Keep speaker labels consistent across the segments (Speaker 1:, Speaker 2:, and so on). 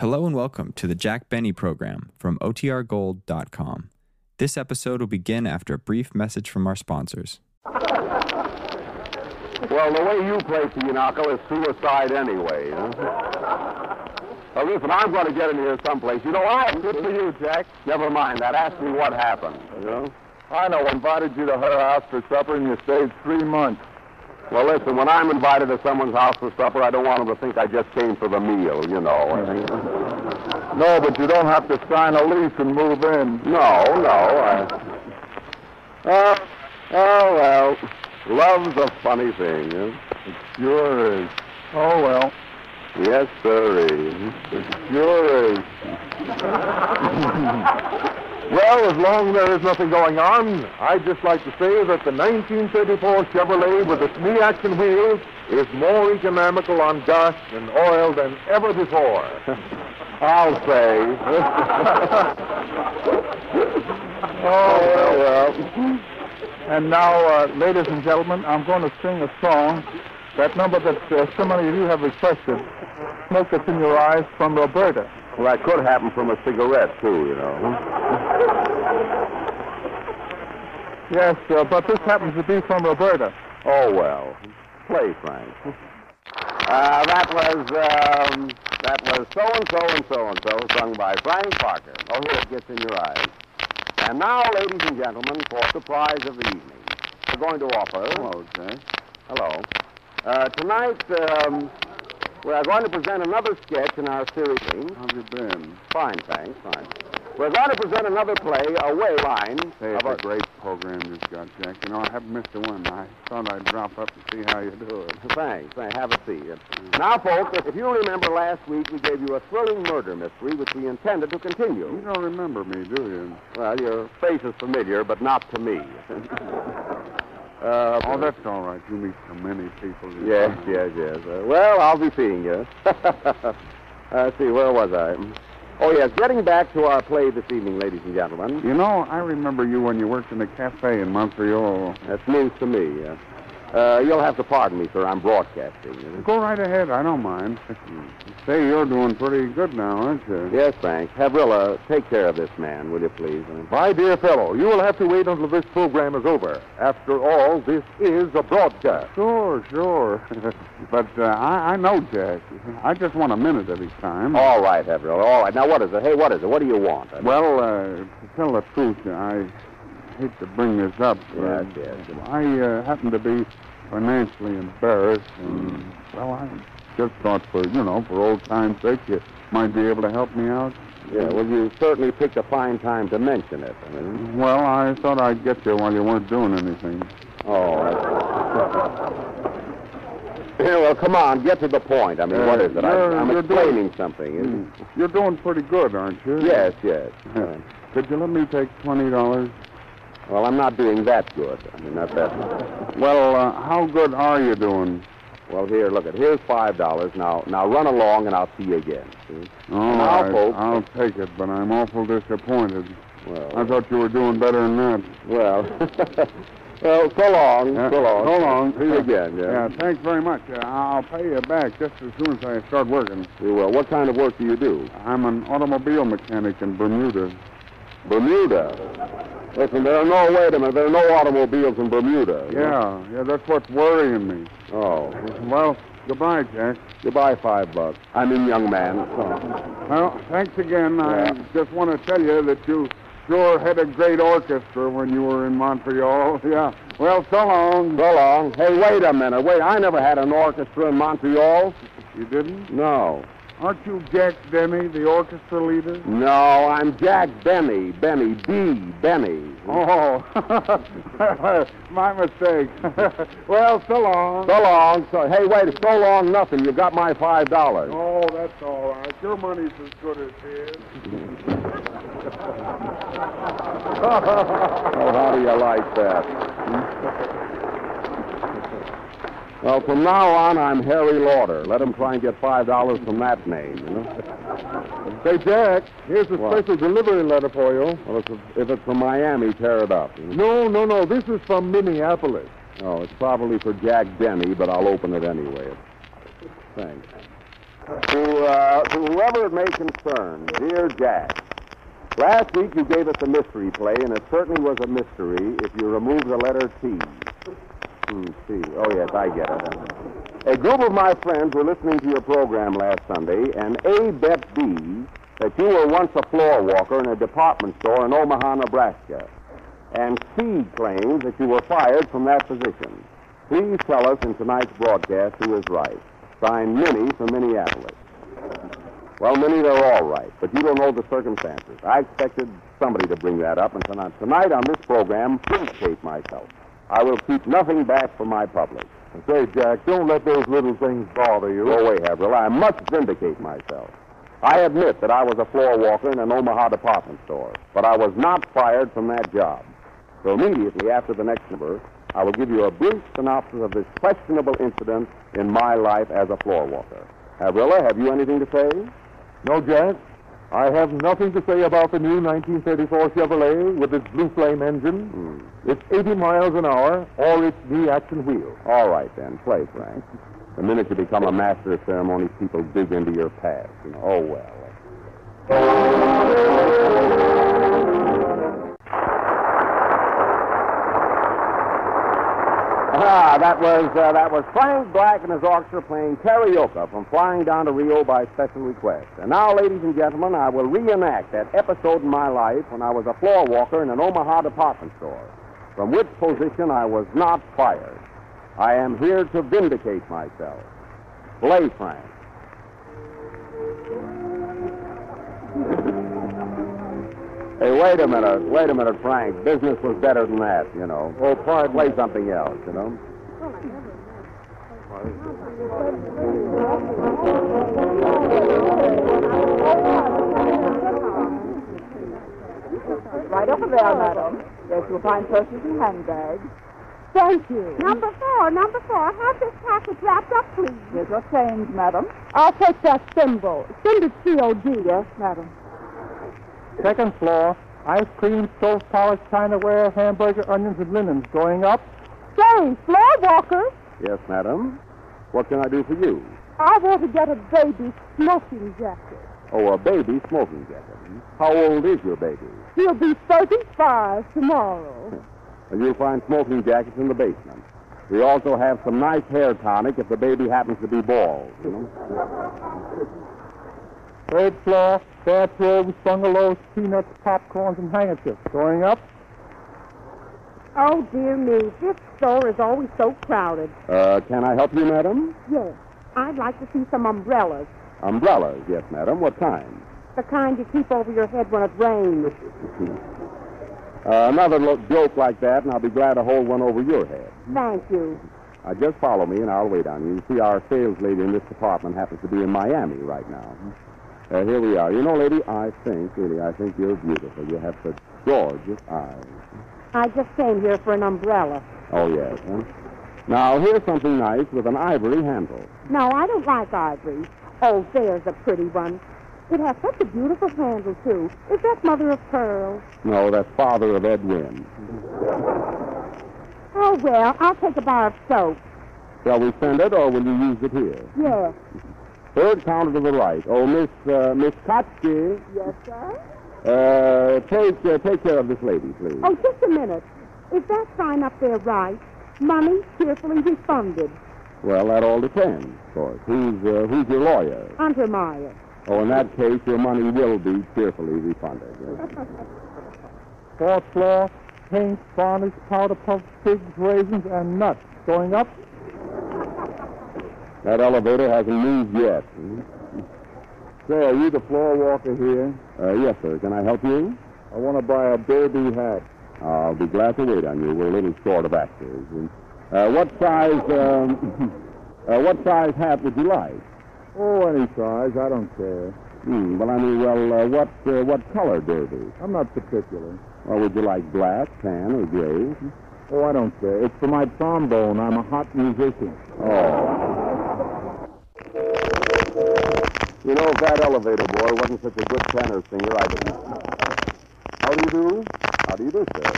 Speaker 1: Hello and welcome to the Jack Benny program from OTRGold.com. This episode will begin after a brief message from our sponsors.
Speaker 2: Well, the way you play Siyanaka is suicide anyway. Huh? Now, listen, I'm going to get in here someplace. You know, I
Speaker 3: Good for you, Jack.
Speaker 2: never mind that. Ask me what happened. You know?
Speaker 3: I know invited you to her house for supper and you stayed three months.
Speaker 2: Well, listen, when I'm invited to someone's house for supper, I don't want them to think I just came for the meal. You know? Mm-hmm.
Speaker 3: No, but you don't have to sign a lease and move in.
Speaker 2: no, no. I... Oh, oh well. Love's a funny thing. Huh?
Speaker 3: Sure is. Oh, well.
Speaker 2: Yes, sir.
Speaker 3: Sure is.
Speaker 2: Well, as long as there is nothing going on, I'd just like to say that the 1934 Chevrolet with its knee action wheels is more economical on gas and oil than ever before. I'll say.
Speaker 3: Oh,
Speaker 2: well.
Speaker 3: and now, uh, ladies and gentlemen, I'm going to sing a song. That number that uh, so many of you have requested, Smoke That's in Your Eyes from Roberta.
Speaker 2: Well, that could happen from a cigarette, too, you know.
Speaker 3: Yes, uh, but this happens to be from Roberta.
Speaker 2: Oh, well. Play, Frank. Uh, that was, um, that was So-and-so and so-and-so, sung by Frank Parker. Oh, here it gets in your eyes. And now, ladies and gentlemen, for the prize of the evening, we're going to offer... Hello, sir. Hello. Uh, tonight, um, we're going to present another sketch in our series. How's it been? Fine, thanks, fine. We're going to present another play, A Way Line.
Speaker 4: Hey, it's
Speaker 2: of
Speaker 4: a great program you've got, Jack. You know, I haven't missed a one. I thought I'd drop up and see how you're doing.
Speaker 2: Thanks. Thanks. Have a seat. Now, folks, if you remember last week, we gave you a thrilling murder mystery, which we intended to
Speaker 4: You
Speaker 2: continue.
Speaker 4: don't remember me, do you?
Speaker 2: Well, your face is familiar, but not to me. uh,
Speaker 4: Oh, that's all right. You meet so many people. you
Speaker 2: Yes,
Speaker 4: know.
Speaker 2: yes, yes. Uh, well, I'll be seeing you. uh, see, where was I? Oh, yes, getting back to our play this evening, ladies and gentlemen.
Speaker 4: You know, I remember you when you worked in a cafe in Montreal.
Speaker 2: That's news to me. Uh, uh, you'll have to pardon me, sir. I'm broadcasting.
Speaker 4: Go right ahead. I don't mind. Say, you're doing pretty good now, aren't you?
Speaker 2: Yes, thanks. Havrilla, take care of this man, will you please?
Speaker 3: My dear fellow, you will have to wait until this program is over. After all, this is a broadcast.
Speaker 4: Sure, sure. but uh, I, I know Jack. I just want a minute of his time.
Speaker 2: All right, Haverhill. All right. Now, what is it? Hey, what is it? What do you want?
Speaker 4: Well, uh, to tell the truth, I hate to bring this up.
Speaker 2: Yes,
Speaker 4: uh,
Speaker 2: yes.
Speaker 4: I uh, happen to be financially embarrassed, and, well, I just thought for, you know, for old time's sake, you might be able to help me out.
Speaker 2: yeah, well, you certainly picked a fine time to mention it. I mean,
Speaker 4: Well, I thought I'd get you while you weren't doing anything.
Speaker 2: oh. Yeah, well, come on, get to the point. I mean,
Speaker 4: Uh,
Speaker 2: what is it?
Speaker 4: you're-
Speaker 2: I, I'm
Speaker 4: you're
Speaker 2: explaining something. Isn't
Speaker 4: You're doing pretty good, aren't you?
Speaker 2: it? Yes, yes.
Speaker 4: Uh, Could you let me take $20?
Speaker 2: Well, I'm not doing that good. I mean, not that.
Speaker 4: Well, uh, how good are you doing?
Speaker 2: Well, here, look it. Here's five dollars. Now, now run along, and I'll see you again. see?
Speaker 4: All
Speaker 2: Now,
Speaker 4: right,
Speaker 2: folks-
Speaker 4: I'll take it, but I'm awful disappointed. I
Speaker 2: Well,
Speaker 4: thought you were doing better than that.
Speaker 2: well, well. So long,
Speaker 4: Yeah,
Speaker 2: so long.
Speaker 4: Uh, so long. Uh,
Speaker 2: See you again.
Speaker 4: Yeah,
Speaker 2: Yeah.
Speaker 4: thanks very much. Uh, I'll pay you back just as soon as I start working.
Speaker 2: You will. What kind of work do you do?
Speaker 4: I'm an automobile mechanic in Bermuda.
Speaker 2: Bermuda. Listen, there are no, wait a minute, there are no automobiles in Bermuda.
Speaker 4: Yeah, yeah, that's what's worrying me.
Speaker 2: Oh.
Speaker 4: Well, goodbye, Jack.
Speaker 2: Goodbye, five bucks. I mean, young man.
Speaker 4: Well, thanks again.
Speaker 2: Yeah.
Speaker 4: I just want to tell you that you sure had a great orchestra when you were in Montreal. Yeah. Well, so long.
Speaker 2: Go along. Hey, wait a minute. Wait, I never had an orchestra in Montreal.
Speaker 4: You didn't?
Speaker 2: No.
Speaker 4: Aren't you Jack Denny, the orchestra leader?
Speaker 2: No, I'm Jack Benny. Benny, B. Benny.
Speaker 4: Oh, my mistake. well, so long.
Speaker 2: So long. So, hey, wait, so long, nothing. You got my five dollars.
Speaker 4: Oh, that's all right. Your money's as good as his.
Speaker 2: Oh, how do you like that? Well, from now on, I'm Harry Lauder. Let him try and get five dollars from that name, you know?
Speaker 4: Say, Jack, here's a
Speaker 2: What?
Speaker 4: special delivery letter for you.
Speaker 2: Well, if it's, if it's from Miami, tear it up.
Speaker 4: No, no, no. This is from Minneapolis.
Speaker 2: Oh, it's probably for Jack Denny, but I'll open it anyway. Thanks. to, uh, to whoever it may concern, dear Jack. Last week you gave us a mystery play, and it certainly was a mystery if you remove the letter T. Hmm, T. Oh, yes, I get it. A group of my friends were listening to your program last Sunday, and A bet B that you were once a floor walker in a department store in Omaha, Nebraska, and C claims that you were fired from that position. Please tell us in tonight's broadcast who is right. Signed, Minnie from Minneapolis. Well, Minnie, they're all right, but you don't know the circumstances. I expected somebody to bring that up, and tonight, tonight on this program, vindicate myself. I will keep nothing back from my public.
Speaker 4: Say, Jack, don't let those little things bother you.
Speaker 2: Go away, Haverhill. I must vindicate myself. I admit that I was a floor walker in an Omaha department store, but I was not fired from that job. So immediately after the next number, I will give you a brief synopsis of this questionable incident in my life as a floor walker. Avrilla, have you anything to say?
Speaker 4: No, Jack. I have nothing to say about the new 1934 Chevrolet with its blue flame engine, its 80 miles an hour, or its knee action wheel.
Speaker 2: All right, then. Play, Frank. The minute you become a master of ceremonies, people dig into your past. You know, oh, well. Ah, that was uh, that was Frank Black and his orchestra playing karaoke from flying down to Rio by special request. And now, ladies and gentlemen, I will reenact that episode in my life when I was a floor walker in an Omaha department store, from which position I was not fired. I am here to vindicate myself. Play, Frank. Hey, wait a minute, wait a minute, Frank. Business was better than that, you know. Oh, pardon. Play something else, you know.
Speaker 5: Right over there, madam. Yes, you'll find purses and handbags.
Speaker 6: Thank you.
Speaker 7: Number four, number four, have this package wrapped up, please.
Speaker 5: Here's your change, madam.
Speaker 6: I'll take that symbol. Send it COD.
Speaker 5: Yes, madam.
Speaker 3: Second floor, ice cream, stove polished chinaware, hamburger, onions, and linens. Going up.
Speaker 6: Say, floor walker,
Speaker 2: Yes, madam. What can I do for you?
Speaker 6: I want to get a baby smoking jacket.
Speaker 2: Oh, a baby smoking jacket. How old is your baby?
Speaker 6: He'll be 35 tomorrow.
Speaker 2: And you'll find smoking jackets in the basement. We also have some nice hair tonic if the baby happens to be bald. You know?
Speaker 3: Third floor, bathrobes, bungalows, peanuts, popcorns, and handkerchiefs. Going up.
Speaker 7: Oh, dear me, this store is always so crowded.
Speaker 2: Uh, can I help you, madam?
Speaker 7: Yes. I'd like to see some umbrellas,
Speaker 2: Umbrellas, yes, madam. What kind?
Speaker 7: the kind you keep over your head when it rains.
Speaker 2: Uh, another lo- joke like that, and I'll be glad to hold one over your head.
Speaker 7: Thank you.
Speaker 2: Uh, just follow me, and I'll wait on you. You see, our sales lady in this department happens to be in Miami right now. Uh, here we are. You know, lady, I think, really, I think you're beautiful. You have such gorgeous eyes.
Speaker 7: I just came here for an umbrella.
Speaker 2: Oh, yes, huh? Now, here's something nice with an ivory handle.
Speaker 7: No, I don't like ivory. Oh, there's a pretty one. It has such a beautiful handle, too. Is that mother of pearl?
Speaker 2: No, that's father of Ed Wynn.
Speaker 7: Oh, well, I'll take a bar of soap.
Speaker 2: Shall we send it, or will you use it here?
Speaker 7: Yes.
Speaker 2: Third counter to the right. Oh, Miss, uh, Miss Kotsky,
Speaker 7: Yes, sir?
Speaker 2: uh, take, uh, take care of this lady, please.
Speaker 7: Oh, just a minute. Is that sign up there right? Money cheerfully refunded.
Speaker 2: Well, that all depends, of course. Who's, uh, who's your lawyer?
Speaker 7: Untermeyer.
Speaker 2: Oh, in that case, your money will be cheerfully refunded. yes.
Speaker 3: Fourth floor, paint, varnish, powder puff, figs, raisins, and nuts. Going up.
Speaker 2: That elevator hasn't moved yet.
Speaker 4: Say, are you the floor walker here?
Speaker 2: Uh, yes, sir. Can I help you?
Speaker 4: I want to buy a baby hat.
Speaker 2: I'll be glad to wait on you. We're a little short of actors. Uh, what size, um, uh, what size hat would you like?
Speaker 4: Oh, any size. I don't care.
Speaker 2: Hmm, well, I mean, well, uh, what, uh, what color derby?
Speaker 4: I'm not particular.
Speaker 2: Well, would you like black, tan, or gray?
Speaker 4: Oh, I don't care. It's for my trombone. I'm a hot musician.
Speaker 2: Oh. You know, if that elevator boy wasn't such a good tenor singer, I'd. How do you do? How do you do, sir?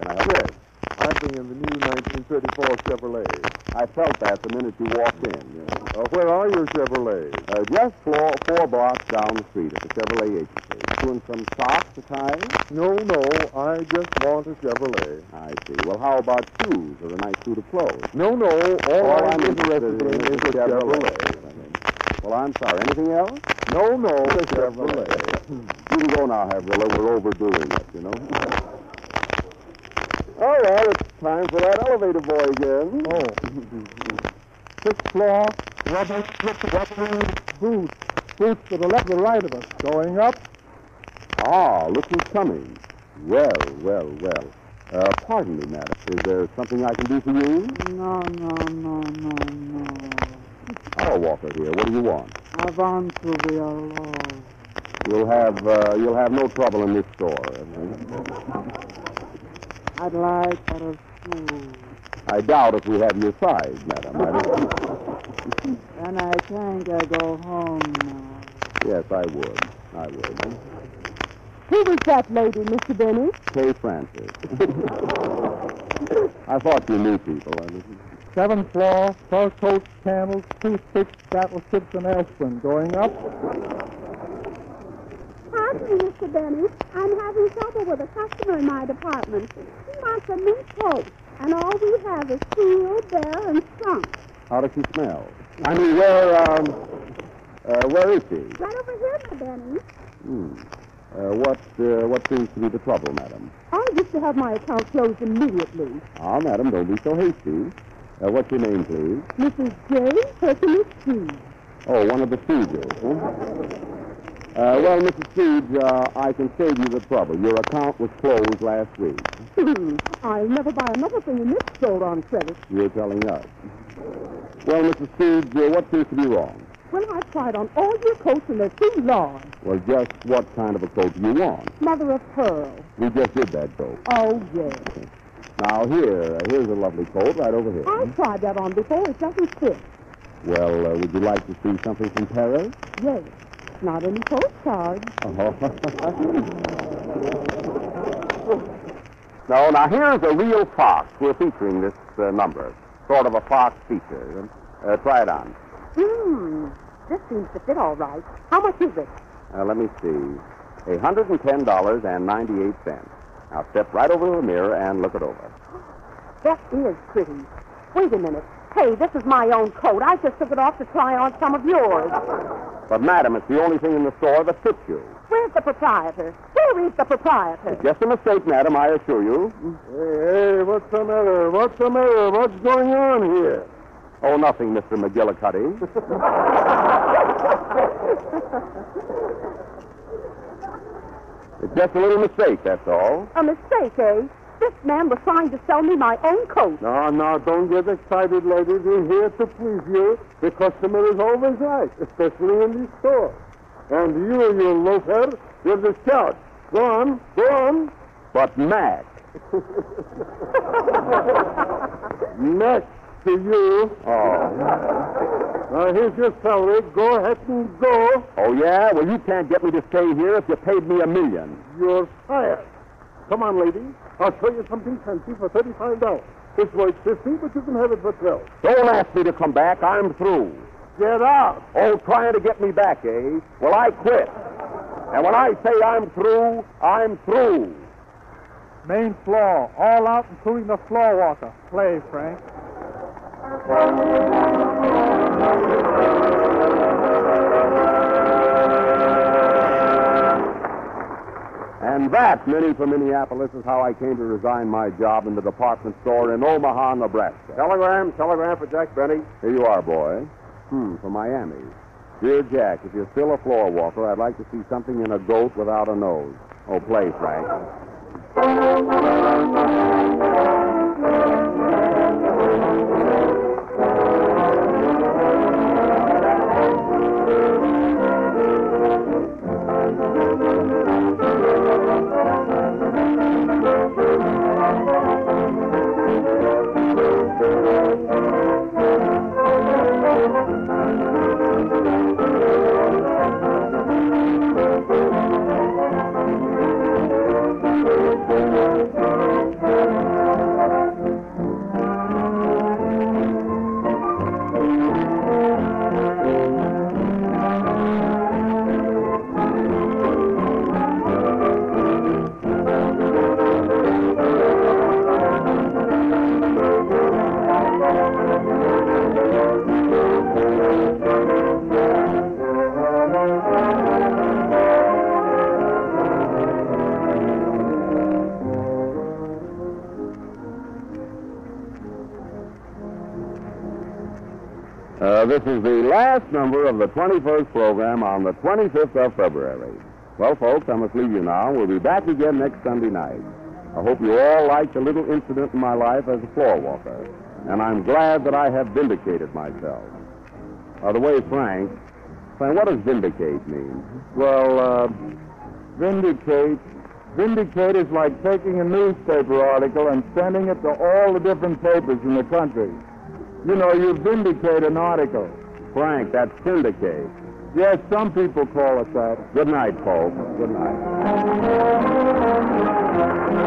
Speaker 2: Can I help you? I
Speaker 4: driving in the new 1934 Chevrolet.
Speaker 2: I felt that the minute you walked in. yeah.
Speaker 4: Uh, where are your Chevrolets?
Speaker 2: Uh, just four, four blocks down the street at the Chevrolet agency. Doing some socks to tie?
Speaker 4: No, no, I just want a Chevrolet.
Speaker 2: I see. Well, how about shoes or a nice suit of clothes?
Speaker 4: No, no, all,
Speaker 2: All
Speaker 4: I'm interested in is a Chevrolet.
Speaker 2: Well, I'm sorry. Anything else?
Speaker 4: No, no, a
Speaker 2: Chevrolet.
Speaker 4: Chevrolet.
Speaker 2: You can go now, Havrilla. We're overdoing it, you know.
Speaker 4: All right, it's
Speaker 2: Time for that elevator boy again.
Speaker 4: Oh.
Speaker 3: Sixth floor, rubber, slip, rubber, boots. Boots to the left, the right of us. Going up.
Speaker 2: Ah, look who's coming. Well, well, well. Uh, pardon me, madam. Is there something I can do for you?
Speaker 5: No, no, no, no, no.
Speaker 2: I'll walk her here. What do you want?
Speaker 5: I want to be alone.
Speaker 2: You'll have uh, you'll have no trouble in this store.
Speaker 5: I'd like a shoe.
Speaker 2: I doubt if we have your size, madam. I don't-
Speaker 5: Then I think I go home now.
Speaker 2: Yes, I would. I would.
Speaker 6: Who was that lady, Mr. Benny?
Speaker 2: Kay Francis. I thought you knew people. I mean,
Speaker 3: Seventh floor, fur coats, candles, toothpicks, battleships, and aspirin. Going up.
Speaker 6: Pardon me, Mr. Benny. I'm having trouble with a customer in my department. He wants a mink coat, and all we have is steel, bear, and skunk.
Speaker 2: how does she smell? I mean, where, um, uh, where is she?
Speaker 6: Right over here, Mr. Benny.
Speaker 2: Hmm. Uh, what, uh, what seems to be the trouble, madam?
Speaker 6: I wish to have my account closed immediately.
Speaker 2: Ah, madam, don't be so hasty. Uh, what's your name, please?
Speaker 6: Mrs. J. Perkins C.
Speaker 2: Oh, one of the Sieges. huh? Uh, well, Mrs. Siege, uh, I can save you the trouble. Your account was closed last week.
Speaker 6: Hmm, I'll never buy another thing in this store on credit.
Speaker 2: You're telling us. Well, Mrs. Siege, uh, what seems to be wrong?
Speaker 6: Well, I've tried on all your coats and they're too large.
Speaker 2: Well, just what kind of a coat do you want?
Speaker 6: Mother of pearl.
Speaker 2: We just did that coat.
Speaker 6: Oh, yes.
Speaker 2: Now here, uh, here's a lovely coat right over here.
Speaker 6: I've tried that on before. It doesn't fit.
Speaker 2: Well, uh, would you like to see something from Paris?
Speaker 6: Yes. Not any postcards.
Speaker 2: no, now here's a real fox. We're featuring this uh, number, sort of a fox feature. Uh, try it on.
Speaker 7: Hmm. This seems to fit all right. How much is it?
Speaker 2: Uh, let me see, a hundred and ten dollars and ninety-eight cents. Now step right over to the mirror and look it over.
Speaker 7: That is pretty. Wait a minute. Hey, this is my own coat. I just took it off to try on some of yours.
Speaker 2: But madam, it's the only thing in the store that fits you.
Speaker 7: Where's the proprietor? Where is the proprietor?
Speaker 2: It's just a mistake, madam. I assure you.
Speaker 4: Hey, hey, what's the matter? What's the matter? What's going on here?
Speaker 2: Oh, nothing, Mr. McGillicuddy. it's just a little mistake, that's all.
Speaker 7: A mistake, eh? This man was trying to sell me my own coat.
Speaker 4: Now, now, don't get excited, ladies. We're here to please you. The customer is always right, especially in this store. And you, you loafer, you're the scout. Go on, go on.
Speaker 2: But Mac,
Speaker 4: Next to you.
Speaker 2: oh,
Speaker 4: Now, here's your salary. Go ahead and go.
Speaker 2: oh yeah. Well, you can't get me to stay here if you paid me a million.
Speaker 4: You're fired. Come on, lady. I'll show you something fancy for $35. It's worth 50 but you can have it for 12
Speaker 2: Don't ask me to come back. I'm through.
Speaker 4: Get out.
Speaker 2: Oh, trying to get me back, eh? Well, I quit. And when I say I'm through, I'm through.
Speaker 3: Main floor, all out, including the floor walker. Play, Frank.
Speaker 2: And that, Minnie from Minneapolis, is how I came to resign my job in the department store in Omaha, Nebraska.
Speaker 4: Telegram, telegram for Jack Benny.
Speaker 2: Here you are, boy. Hmm, from Miami. Dear Jack, if you're still a floor walker, I'd like to see something in a goat without a nose. Oh, play, Frank. Uh, this is the last number of the 21st program on the 25th of February. Well, folks, I must leave you now. We'll be back again next Sunday night. I hope you all liked the little incident in my life as a floor walker, and I'm glad that I have vindicated myself. By the way, Frank, Frank, what does vindicate mean?
Speaker 4: Well, uh, vindicate. Vindicate is like taking a newspaper article and sending it to all the different papers in the country. You know, you vindicate an article.
Speaker 2: Frank, that's syndicate.
Speaker 4: Yes, some people call it that.
Speaker 2: Good night, folks. Good night.